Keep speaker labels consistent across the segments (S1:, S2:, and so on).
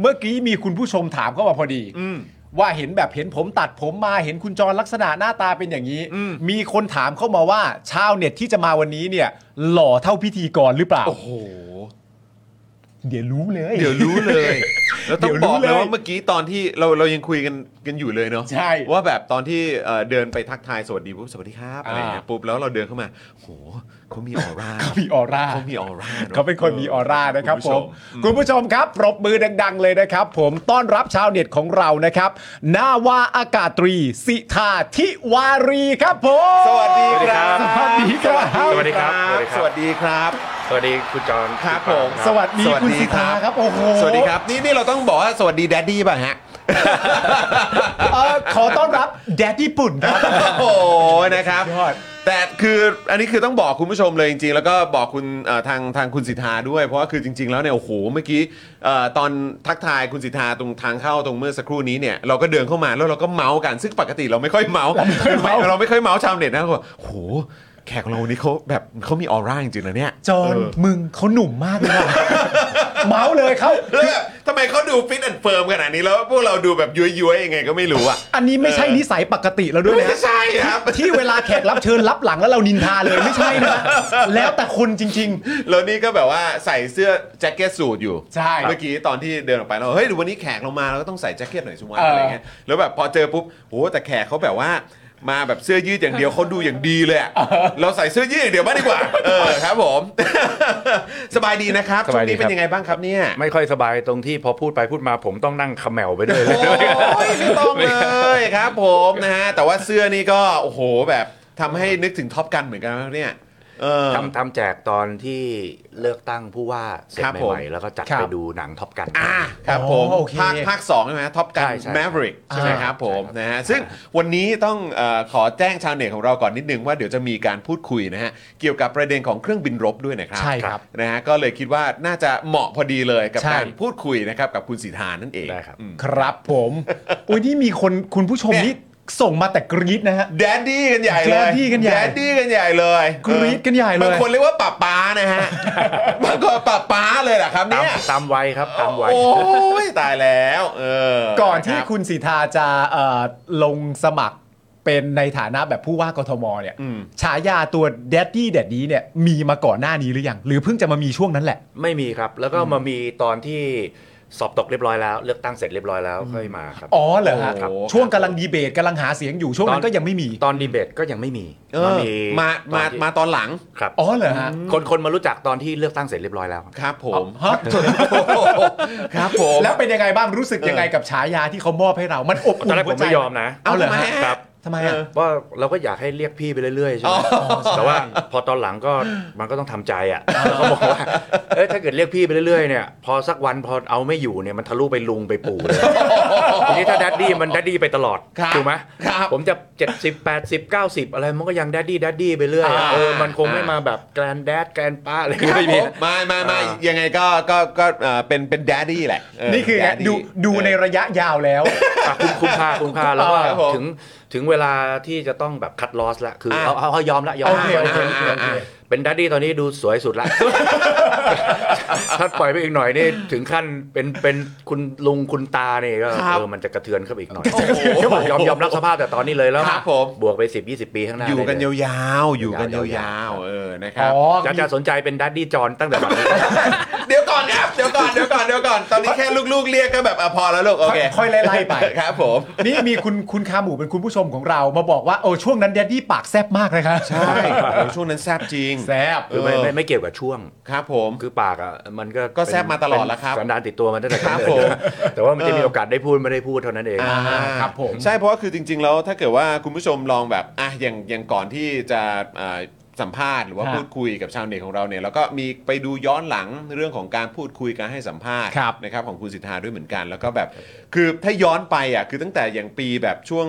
S1: เมื่อกี้มีคุณผู้ชมถามเข้ามาพอดี
S2: อืม
S1: ว่าเห็นแบบเห็นผมตัดผมมาเห็นคุณจรลักษณะหน้าตาเป็นอย่างนี้
S2: อืม
S1: มีคนถามเข้ามาว่า ชาวเน็ตที่จะมาวันนี้เนี่ย หล่อเท่าพิธีกรหรือเปล่า
S2: โอ้โห
S1: เดี๋ยวรู้เลย
S2: เดี๋ยวรู้เลย แล้วต้อง
S1: เดี๋ยวรู้
S2: บ
S1: เล
S2: อกนะ
S1: ย
S2: ว่าเมื่อกี้ตอนที่เราเรายังคุยกันกันอยู่เลยเนาะ
S1: ใช่
S2: ว่าแบบตอนที่เอ่อเดินไปทักทายสวัสดีปุ๊บสวัสดีครับอะไรอย่างเงี้ย
S1: อ่า
S2: ปุ๊บแล้วเราเดินเข้ามาโหเขามีออร่า
S1: เขามีออร่า
S2: เขามีออร่าะ
S1: เขาเป็นคนมีออร่านะครับ
S2: ณ
S1: ผ
S2: ผู้ช
S1: ม คุณผู้ชมครับ ปรบมือดัง ๆ เลยนะครับ ผมต้อนรับชาวเน็ตของเรานะครับ นาวาอากาศตรี สิทาธิวารีครับผม
S2: สวัสดีครับ
S1: สวัสดีครับ
S3: สวัสดีครับ
S2: สวัสดีครับ
S3: สวัสดีคุณจอห์น
S2: ครับ
S3: ณปา
S2: ผม
S1: สวัสดี
S2: สวัส
S1: คุณ
S2: ดี
S1: สิทา
S2: ครับ
S1: ครับ โอ้โห
S2: สวัสดีครับ นี่นี่เราต้องบอกว่าสวัสดีแดดดี้ป่ะฮะ
S1: เอ่อขอต้อนรับแดดญี่ปุ่นครับ
S2: โอ้โหนะครับ
S1: ยอด
S2: แต่คืออันนี้คือต้องบอกคุณผู้ชมเลยจริงๆ แล้วก็บอกคุณเอ่อทางทางคุณสิทธาด้วย เพราะว่าคือจริง ๆ แล้วเนี่ยโอ้โหเมื่อกี้เอ่อตอนทักทายคุณสิทธาตรงทางเข้าตรงเมื่อสักครู่นี้เนี่ยเราก็เดินเข้ามาแล้วเราก็เมาส์กันซึ่งปกติเราไม่ค่อยเมาส์เราไม่ค่อยเมาส์ชาวเน็ตนะเราก็บอกโอ้โหแขกของเราวันนี้เขาแบบเขามีออร่าจริงๆนะเนี่ย
S1: จอนมึงเขาหนุ่มมากเลย ว่ะ เมาเลยเขา
S2: แล้วแบบทำไมเขาดูฟิตแอนด์เฟิร์มขนาดนี้แล้วพวกเราดูแบบย้วยๆยังไงก็ไม่รู้อ่ะ
S1: อันนี้ไม่ใช่นิสัยปกติเราด้วยนะ
S2: ไม่ใช่ครับ
S1: ที่เวลาแขกรับเชิญรับหลังแล้วเรานินทา เลยไม่ใช่นะ แล้วแต่คนจริง
S2: แล้วนี่ก็แบบว่าใส่เสื้อแจ็คเก็ตสูทอยู่
S1: ใช่
S2: เมื่อกี้ตอนที่เดินออกไปเราเฮ้ยเดี๋ยววันนี้แขกเรามาเราก็ต้องใส่แจ็คเก็ตหน่อยสิวะ
S1: เอออ
S2: อะไรเงี้ยแล้วแบบพอเจอปุ๊บโหแต่แขกเขาแบบว่ามาแบบเสื้อยืดอย่างเดียวเขาดูอย่างดีเลยอะเราใส่เสื้อยืดอย่างเดียวบ้างดีกว่า เออครับผม สบายดีนะครับ
S3: ส
S2: ช่ว
S3: บาย
S2: ง
S3: ดี
S2: นี้
S3: ค
S2: เป็
S3: รับ
S2: นยังไงบ้างครับเนี่ย
S3: ไม่ค่อยสบายตรงที่พอพูดไปพูดมาผมต้องนั่งเขมวไปด้วยเลย
S2: โอ้ยไม่ต้องเลยครับ ผมนะฮะแต่ว่าเสื้อนี่ก็โอ้โหแบบทำให้นึกถึงท็อปกันเหมือนกันนะเนี่ยเออ
S3: ทำทำแจกตอนที่เลือกตั้งผู้ว่าเสร็จ
S2: ครับผม
S3: ใหม่ๆแล้วก็จัด
S1: ครับ
S3: ไปดูหนังท็อปกัน
S2: อ่าครับผม
S1: อ๋อโอเค
S2: ภาคภาคสองใช่ไหมท็อปกั
S3: ใช่
S2: น
S3: ใช่
S2: แมฟริก
S1: อ่า
S2: ใช่ไหมครับผม
S3: ใช่ครับ
S2: นะฮะซึ่งวันนี้ต้องเออขอแจ้งชาวเน็ตของเราก่อนนิดนึงว่าเดี๋ยวจะมีการพูดคุยนะฮะเกี่ยวกับประเด็นของเครื่องบินรบด้วยนะครับ
S1: ใช่ครับ
S2: นะฮะก็เลยคิดว่าน่าจะเหมาะพอดีเลยกับ
S1: ใช่
S2: การพูดคุยนะครับกับคุณสีทานั่นเอง
S3: ได้ครับ
S1: ๆ ครับผมอุ้ยนี่มีคนคุณผู้ชมนี่ส่งมาแต่กรี๊ดนะฮะ
S2: แดดดี้กันใหญ่เลย
S1: Daddy กันใหญ่
S2: Daddy กันใหญ่เลย
S1: กรี๊ดกันใหญ่เลย
S2: บางคนเรียกว่าป้าป้านะฮะ บางคนป้าป้าเลยเหรอครับ
S3: ตาม
S2: เนี่ย
S3: ตามวัยครับตามวัย
S2: โอ้ยตายแล้วเออ
S1: ก่อนที่
S2: รับ
S1: คุณสีทาจะเอ่อลงสมัครเป็นในฐานะแบบผู้ว่ากทมเนี่ย
S2: อืม
S1: ฉายาตัวแดดดี้แดดดี้เนี่ยมีมาก่อนหน้านี้หรือยัง หรือเพิ่งจะมามีช่วงนั้นแหละ
S3: ไม่มีครับ แล้วก็มามีตอนที่สอบตกเรียบร้อยแล้ว เลือกตั้งเสร็จเรียบร้อยแล้วค่อยมาครับ
S1: อ๋อเหรอฮะ
S2: ครับ
S1: ช่วงกำลังดีเบตกำลังหาเสียงอยู่ช่วงนั้นก็ยังไม่มี
S3: ตอนดีเบตก็ยังไม่มี
S2: เออมามา
S3: ตอนที่
S2: มาตอนหลัง
S3: ครับ
S1: อ๋อเหรอฮะ
S3: คนคนมารู้จักตอนที่เลือกตั้งเสร็จเรียบร้อยแล้วครับ
S2: ครับผม
S1: ฮะ
S2: ครับผม
S1: แล้วเป็นยังไงบ้างรู้สึกยังไงกับฉายาที่เขามอบให้เรา มันอบอุ่น
S3: ตอนแรก
S1: หั
S3: ผ
S1: ว
S3: ม
S1: ใจ
S3: ไม่ยอมนะ
S1: เอาเหรอฮะ
S3: ครับ
S1: ทำไมอ่ะ
S3: ว่าเราก็อยากให้เรียกพี่ไปเรื่อยๆใช่ไหมแต่ว่าพอตอนหลังก็มันก็ต้องทำใจอ่ะเขาบอกว่าเอ้ยถ้าเกิดเรียกพี่ไปเรื่อยๆเนี่ยพอสักวันพอเอาไม่อยู่เนี่ยมันทะลุไปลุงไปปู่เลยทีนี้ถ้าแดดดี้มันแดดดี้ไปตลอด
S2: ครับ
S3: ถูกไหม
S2: ครับ
S3: ผมจะ 70 80 90 อะไรมันก็ยังแดดดี้แดดดี้ไปเรื่อยอะ
S2: อ่า
S3: เออมันคงไม่มาแบบแกรนแดดแกรนป้าอะไรไม่มี
S2: มามามา
S3: อ่า
S2: ยังไงก็ก็ก็เอ่อเป็นเป็น daddy แหละเ
S1: นี่คือไง
S2: daddy
S1: ดูดูในระยะยาวแล้ว
S3: อ่ะคุ้มคุ้มค่าคุ้มค่าแล้วว่า
S2: ครับผม
S3: ถึงถึงเวลาที่จะต้องแบบคัดลอสละคืออะ เอาเอาเอายอมละยอม
S1: โอ
S3: ละ
S1: เค
S3: ยอมละ
S2: โอเค
S3: ยอมละเป็นดัดดี้ตอนนี้ดูสวยสุดละ ถ้าปล่อยไปอีกหน่อยนี่ถึงขั้นเป็นเป็นคุณลุงคุณตาเนี่ยก็
S2: ครับ
S3: เออมันจะกระเทือนเข้าไปอีกหน่อย
S2: โอ้โห
S3: ยอมยอมรับสภาพแต่ตอนนี้เลยแล้ว
S2: ครับผม
S3: บวกไป 10 20 ปีข้างหน้า
S2: อยู่กัน
S3: ได้
S2: ย
S3: เล
S2: าวๆ อยู่กันย
S3: ยาวๆ
S2: าวๆเออนะค
S1: อ๋
S2: รับ
S1: อ
S3: จะจะสนใจเป็นดัดดี้จอนตั้งแต่บัดนี้
S2: เดี๋ยวก่อนครับเดี๋ยวก่อนเดี๋ยวก่อนเดี๋ยวก่อนตอนนี้แค่ลูกๆเรียกก็แบบอ่ะพอแล้วลูกโอ
S1: ค่อย
S2: เค
S1: ค่อยไล่ๆไป
S2: ครับผม
S1: นี่มีคุณคุณคาหมูเป็นคุณผู้ชมของเรา มาบอกว่าโอ้ช่วงนั้นแดดดี้ปากแซบมากเลยครับ
S2: ใช่โอ้ช่วงนั้นแซบจริง
S1: แซบ
S3: คือไม่
S2: เออ
S3: ไม่ไม่เกี่ยวกับช่วง
S2: ครับผม
S3: คือปากอ่ะมันก็
S2: ก็แซ่บมาตลอดแล้วครับ
S3: เป็นสันดานติดตัวมันตั้งแต่
S2: ครับ
S3: กำ
S2: ผ
S3: เนิด
S2: ม
S3: แต่ว่ามันจะมี
S2: เออ
S3: โอกาสได้พูดไม่ได้พูดเท่านั้นเอง
S2: อ่า
S1: ครับผม
S2: ใช่เพราะว่าคือจริง ๆ แล้วถ้าเกิดว่าคุณผู้ชมลองแบบอ่ะอย่างอย่างก่อนที่จะอ่าสัมภาษณ์หรือว่า
S1: ฮะ
S2: พูดคุยกับชาวเน็ตของเราเนี่ยแล้วก็มีไปดูย้อนหลังเรื่องของการพูดคุยการให้สัมภาษณ์
S1: ครับ
S2: นะครับของคุณสิทธาด้วยเหมือนกัน แล้วก็แบบคือถ้าย้อนไปอ่ะคือตั้งแต่อย่างปีแบบช่วง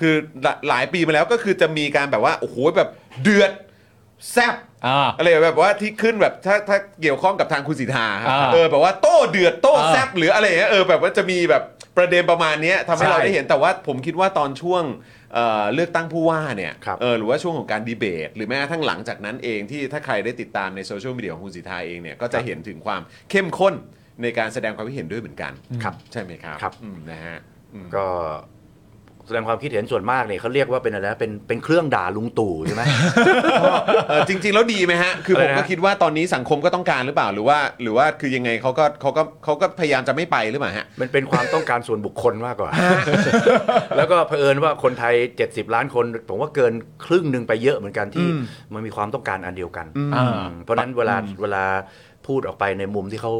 S2: คือหลาหลายปีมาแล้วก็คือจะมีการแบบว่าโอ้โหแบบเดือดแซ่บ
S1: อ่า
S2: อะไรแบบว่าที่ขึ้นแบบถ้าถ้าเกี่ยวข้องกับทางคุณสิทธาครับ
S1: อ่า
S2: เออแบบว่าโต้เดือดโต้
S1: อ่า
S2: แซ่บหรืออะไรอย่างเงี้ยเออแบบว่าจะมีแบบประเด็นประมาณเนี้ยทำให้เรา
S1: ใช่
S2: ได้เห็นแต่ว่าผมคิดว่าตอนช่วงเอ่อเลือกตั้งผู้ว่าเนี่ย
S3: ครับ
S2: เออหรือว่าช่วงของการดีเบต หรือแม้กระทั่งหลังจากนั้นเองที่ถ้าใครได้ติดตามในโซเชียลมีเดียของคุณสิทธาเองเนี่ยก็จะเห็นถึงความเข้มข้น ในการแสดงความคิดเห็นด้วยเหมือนกัน
S3: ครับ
S2: ใช่ไหมครับ
S3: ครับ
S2: อืมนะฮะอืม
S3: ก็แสดงความคิดเห็นส่วนมากเนี่ยเขาเรียกว่าเป็นอะไรนะเป็นเป็นเครื่องด่าลุงตู่ใช่ ไหม
S2: เออจริง ๆ แล้วดีไหมฮะ คือผม
S3: อะไร
S2: ก็
S3: นะ
S2: คิดว่าตอนนี้สังคมก็ต้องการหรือเปล่า หรือว่า หรือว่าคือยังไงเขาก็เขาก็เขาก็พยายามจะไม่ไปหรือเปล่าฮะ
S3: มันเป็นความต้องการส่วนบุคคลมาก กว่า แล้วก็เผอิญว่าคนไทย 70 ล้านคน ผมว่าเกินครึ่งหนึ่งไปเยอะเหมือนกันที่มันมีความต้องการอันเดียวกัน
S1: อ่า
S3: อืมเพราะฉะนั้นเวลาเวลาพูดออกไปในมุมที่เขา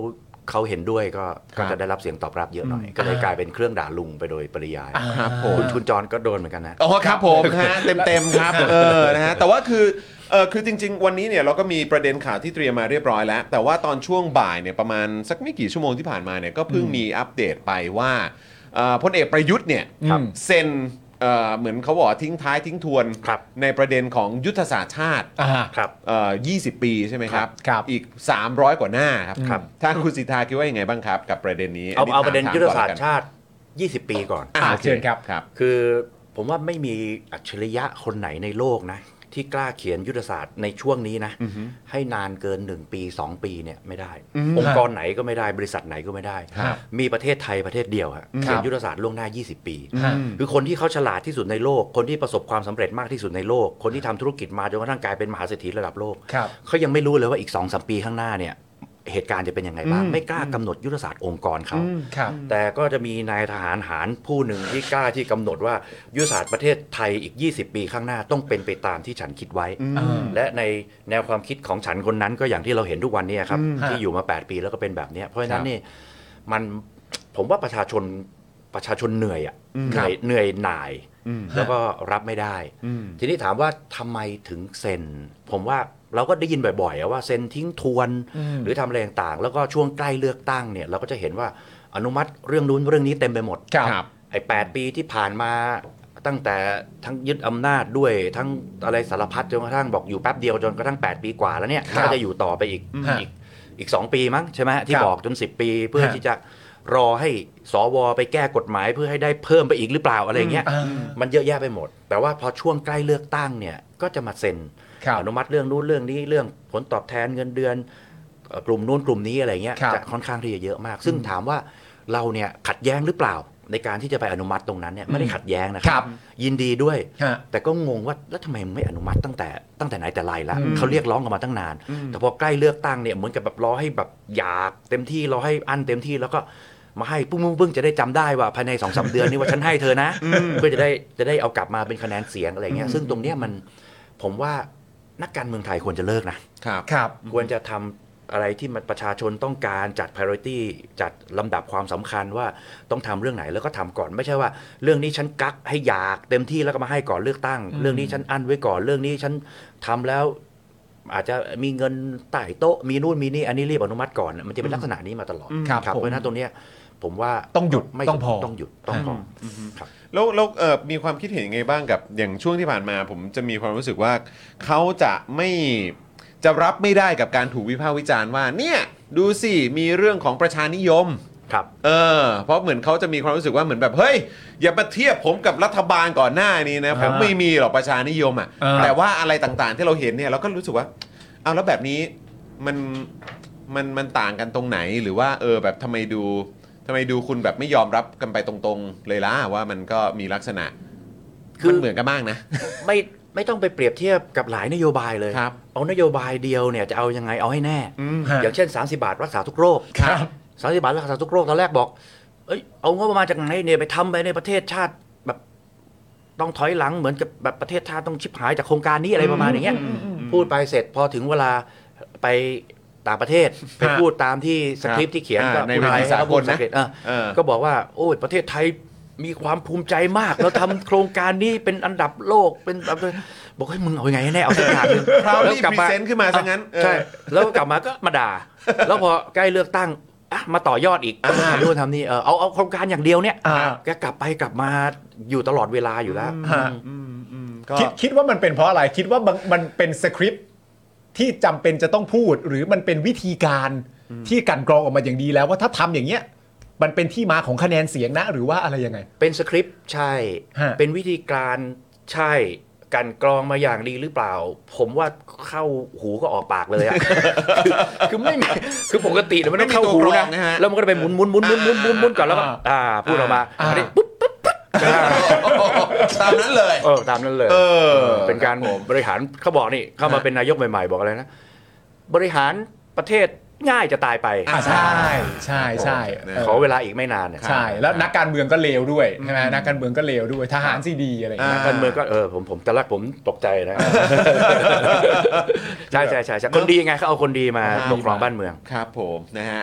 S3: เขาเห็นด้วยก็
S2: ครับ
S3: ก็จะได้รับเสียงตอบรับเยอะหน่อย ก็เลยกลายเป็นเครื่องด่าลุงไปโดยปริยาย
S2: ครับผม
S3: คุณคุณจรก็โดนเหมือนกันนะ
S2: อ๋อครับผมฮะเต็มๆครับเออนะฮะแต่ว่าคือเออคือจริง ๆ วันนี้เนี่ยเราก็มีประเด็นข่าวที่เตรียมมาเรียบร้อยแล้ว แต่ว่าตอนช่วงบ่ายเนี่ยประมาณสักไม่กี่ชั่วโมงที่ผ่านมาเนี่ยก็เพิ่งมีอัปเดตไปว่าเอ่อพลเอกประยุทธ์เนี่ย
S1: ครับ
S2: เซ็นเอ่อเหมือนเขาบอกว่าทิ้งท้ายทิ้งทวน
S3: ครับ
S2: ในประเด็นของยุทธศาสตร์ชาติ
S1: อ่า
S3: ครับ
S2: เอ่อ20 ปีใช่ไหมครับ
S1: ครับ
S2: อีก 300 กว่าหน้าครับ
S3: ครับ
S2: ทางคุณสิทธาคิดว่ายังไงบ้างครับ กับประเด็นนี้
S3: เอา
S2: นนี้
S3: เอาประเด็น
S2: ถม
S3: ยุทธศาสต
S2: ก่อนแล้วกั
S3: ร์
S2: น
S3: ชาติ 20 ปีก่อน
S2: อ่า
S1: อ่า
S2: โอเค
S1: เชิญครับ
S2: ครับ
S3: คือผมว่าไม่มีอัจฉริยะคนไหนในโลกนะ ที่กล้าเขียนยุทธศาสตร์ในช่วงนี้นะ ให้นานเกิน 1 ปี 2 ปีเนี่ยไม่ได้ องค์กรไหนก็ไม่ได้บริษัทไหนก็ไม่ได้
S1: ครับ
S3: มีประเทศไทยประเทศเดียวฮะเขียนยุทธศาสตร์ล่วงหน้า 20 ปี
S1: ฮะ
S3: คือคนที่เขาฉลาดที่สุดในโลก คนที่ประสบความสำเร็จมากที่สุดในโลก คนที่ทำธุรกิจมาจนกระทั่งกลายเป็นมหาเศรษฐีระดับโลก
S1: ครับ
S3: เขายังไม่รู้เลยว่าอีก2อสปีข้างหน้าเนี่ยเหตุการณ์จะเป็นยังไงบ้างไม่กล้ากำหนดยุทธศาสตร์องค์กรเขา
S1: ครับ
S3: แต่ก็จะมีนายทหารหารผู้หนึ่งที่กล้าที่กำหนดว่ายุทธศาสตร์ประเทศไทยอีก 20 ปีข้างหน้าต้องเป็นไปตามที่ฉันคิดไว้ และในแนวความคิดของฉันคนนั้นก็อย่างที่เราเห็นทุกวันเนี้ครับที่อยู่มา 8 ปีแล้วก็เป็นแบบเนี้ยเพราะฉะนั้
S2: ครั
S3: น
S2: บ
S3: นี่มันผมว่าประชาชนประชาชนเหนื่อยอะเหนื่อยเหนื่อยหน่าย แล้วก็รับไม่ได้ ทีนี้ถามว่าทำไมถึงเซ็น ผมว่าเราก็ได้ยินบ่อยๆอะว่าเซ็นทิ้งทวน หรือทำอะไรต่างๆ แล้วก็ช่วงใกล้เลือกตั้งเนี่ย เราก็จะเห็นว่าอนุมัติเรื่องนู้นเรื่องนี้เต็มไปหมด
S1: ครับ
S2: ครับ
S3: ไอ้แปีที่ผ่านมาตั้งแต่ทั้งยึดอำนาจด้วยทั้งอะไรสารพัดจนกระทั่งบอกอยู่แป๊บเดียวจนกระทั่ง 8 ปีกว่าแล้วเนี่ย
S1: ครับ
S3: ก็จะอยู่ต่อไปอีก
S1: ฮะ
S3: อีกอีกสองปีมั้งใช่ไหมที่
S1: ครับ
S3: บอกจน 10 ปีเพื่อ
S1: ฮะ
S3: ที่จะรอให้สวไปแก้กฎหมายเพื่อให้ได้เพิ่มไปอีกหรือเปล่าอะไรอย่างเงี้ย
S1: อืม
S3: มันเยอะแยะไปหมด แต่ว่าพอช่วงใกล้เลือกตั้งเนี่ยก็จะมาเซ็น
S1: ครับ
S3: อนุมัติเรื่องนู้นเรื่องนี้เรื่องผลตอบแทนเงินเดือนเอ่อกลุ่มนู้นกลุ่มนี้อะไรเงี้ย
S1: ครับ
S3: จะค่อนข้างที่จะเยอะมาก ซึ่งถามว่า เราเนี่ยขัดแย้งหรือเปล่าในการที่จะไปอนุมัติตรงนั้นเนี่ยไม่ได้ขัดแย้งนะค
S1: ครั
S3: รับ ยินดีด้วย
S1: ฮะ
S3: แต่ก็งงว่าแล้วทำไมไม่อนุมัติตั้งแต่ตั้งแต่ไหนแต่ไรละเขาเรียกร้องกันมาตั้งนาน แต่พอใกล้เลือกตั้งเนี่ยเหมือนกับแบบรอให้แบบอยากเต็มที่รอให้อันเต็มที่แล้วก็มาให้ปุ้งปุ้งปุ้งจะได้จำได้ว่าภายในสองสามเดือนนี้ว่าฉันให้เธอนะเพื่อจะได้จะได้เอากลับมาเป็นคะแนนเสียงอะไรเงี้ยซึ่งตรงเนี้ยมันผมว่านักการเมืองไทยควรจะเลิกนะ
S2: ครับ
S1: ครับ
S3: ควรจะทำอะไรที่มันประชาชนต้องการจัด priority จัดลำดับความสำคัญว่าต้องทำเรื่องไหนแล้วก็ทำก่อนไม่ใช่ว่า เรื่องนี้ฉันกักให้อยากเต็มที่แล้วก็มาให้ก่อนเลือกตั้ง เรื่องนี้ฉันอั้นไว้ก่อนเรื่องนี้ฉันทำแล้ว อาจจะมีเงินใต้โต๊ะมีนู่นมีนี่อันนี้รีบอนุมัติก่อนมันจะเป็นลักษณะนี้มาตลอด
S1: ครับ
S3: เพราะฉะนั้นตรงเนี้ยผมว่า
S1: ต้องหยุด
S3: ไม่
S1: ต้องพอ
S3: ต้องหยุดต้องพออครับ
S2: แล้วแล้วเอ่อมีความคิดเห็นยังไงบ้างกับอย่างช่วงที่ผ่านมา ผมจะมีความรู้สึกว่าเขาจะไม่จะรับไม่ได้กับการถูกวิพากษ์วิจารณ์ว่าเนี่ยดูสิมีเรื่องของประชานิยม
S3: ครับ
S2: เออเพราะเหมือนเขาจะมีความรู้สึกว่าเหมือนแบบเฮ้ยอย่ามาเทียบผมกับรัฐบาลก่อนหน้านี้นะผม
S1: อ่า
S2: ไม่มีหรอกประชานิยมอ่ะ
S1: อ่า
S2: แต่ว่าอะไรต่างๆที่เราเห็นเนี่ยเราก็รู้สึกว่าเอาแล้วแบบนี้มันมันมันต่างกันตรงไหนหรือว่าเออแบบทำไมดูทำไมดูคุณแบบไม่ยอมรับกันไปตรงๆ เลยล่ะว่ามันก็มีลักษณะ
S3: คือ
S2: มันเหมือนกันบ้างนะ
S3: ไม่ไม่ต้องไปเปรียบเทียบกับหลายนโยบายเลย
S2: ครับ
S3: เอานโยบายเดียวเนี่ยจะเอายังไงเอาให้แน่
S1: ฮะ
S3: อย่างเช่น 30 บาทรักษาทุกโรค
S1: ครับ
S3: สามสิบาทรักษาทุกโรคตอนแรกบอก เอ้ยเอางบประมาณจากไหนเนี่ยไปทำไปในประเทศชาติแบบต้องถอยหลังเหมือนกับแบบประเทศชาติต้องชิบหายจากโครงการนี้อะไรประมาณอย่างเงี้ยพูดไปเสร็จพอถึงเวลาไปต่างประเทศไปพูดตามที่สคริปต์ที่เขียนก็
S2: อ่าใน
S3: พูดอะไร
S2: เวทีสากลนะ
S3: ก็พูดสคริปต์เออ
S2: เออ
S3: ก็บอกว่า โอ้ยประเทศไทยมีความภูมิใจ มากเราทำโครงการนี้เป็นอันดับโลกเป็นแบบบอกให้ยมึงเอายังไงให้แน่เอาสักอย่างหนึ่ง
S2: พราวลี่
S3: แล้วกลั
S2: พ
S3: บ
S2: รี
S3: มา
S2: เซนต์ขึ้นมาซะงั้นเออ
S3: ใช่ แล้วก็กลับมาก็มาด่า แล้วพอใกล้เลือกตั้งอ่ะมาต่อยอดอีก
S2: อ่า
S3: ทำนู่นทำนี่เออเอาเอาโครงการอย่างเดียวเนี่ย
S1: อ่า
S3: แก็กลับไปกลับมาอยู่ตลอดเวลาอยู่แล้ว
S1: ฮะ
S2: อืมอืมก็
S1: คิดคิดว่ามันเป็นเพราะอะไร คิดว่ามันมันเป็นสคริปต์ที่จำเป็นจะต้องพูด หรือมันเป็นวิธีการที่กลันกรองออกมาอย่างดีแล้วว่าถ้าทำอย่างเงี้ย มันเป็นที่มาของคะแนนเสียงนะ หรือว่าอะไรยังไง
S3: เป็นสคริปต์ใช่
S1: ฮะ
S3: เป็นวิธีการใช่ กลันกรองมาอย่างดีหรือเปล่า ผมว่าเข้าหูก็ออกปากเลยอะ คือคือไม่มีคือปกติเนี่ยมันต้องเข้าหู
S2: ไม่มีตัวกรอ
S3: นะ
S2: งนะฮะ
S3: แล้วมันก็จะไปหมุนหมุนหมุนหมุนหมุนหมุนหมุนก่อนแล้วก็อ่าพูดออกมา
S1: อ่า
S3: อันนี้ปุ๊บปุ๊บปุ๊บอ่า
S2: ตามนั้นเลย
S3: เออตามนั้นเลย
S2: เออ
S3: เป็นการบริหารเขาบอกนี่เข้ามาเป็นนายกใหม่ ๆ บอกอะไรนะบริหารประเทศง่ายจะตายไป
S1: อ่ะใช่ใช่ใช่เออ
S3: ขอเวลาอีกไม่นานเนี่ย
S1: ใช่แล้วนักการเมืองก็เลวด้วยใช่ไหมนักการเมืองก็เลวด้วยทหารซีดีอะไรอย่างเงี้ย
S2: อ่า
S3: การเมืองก็เออผมผมแต่แรกผมตกใจนะ ใช่ใช่ใช่ใช่คนดีไงเขาเอาคนดีมา
S2: อ่า
S3: ปกครองบ้านเมือง
S2: ครับผมนะฮะ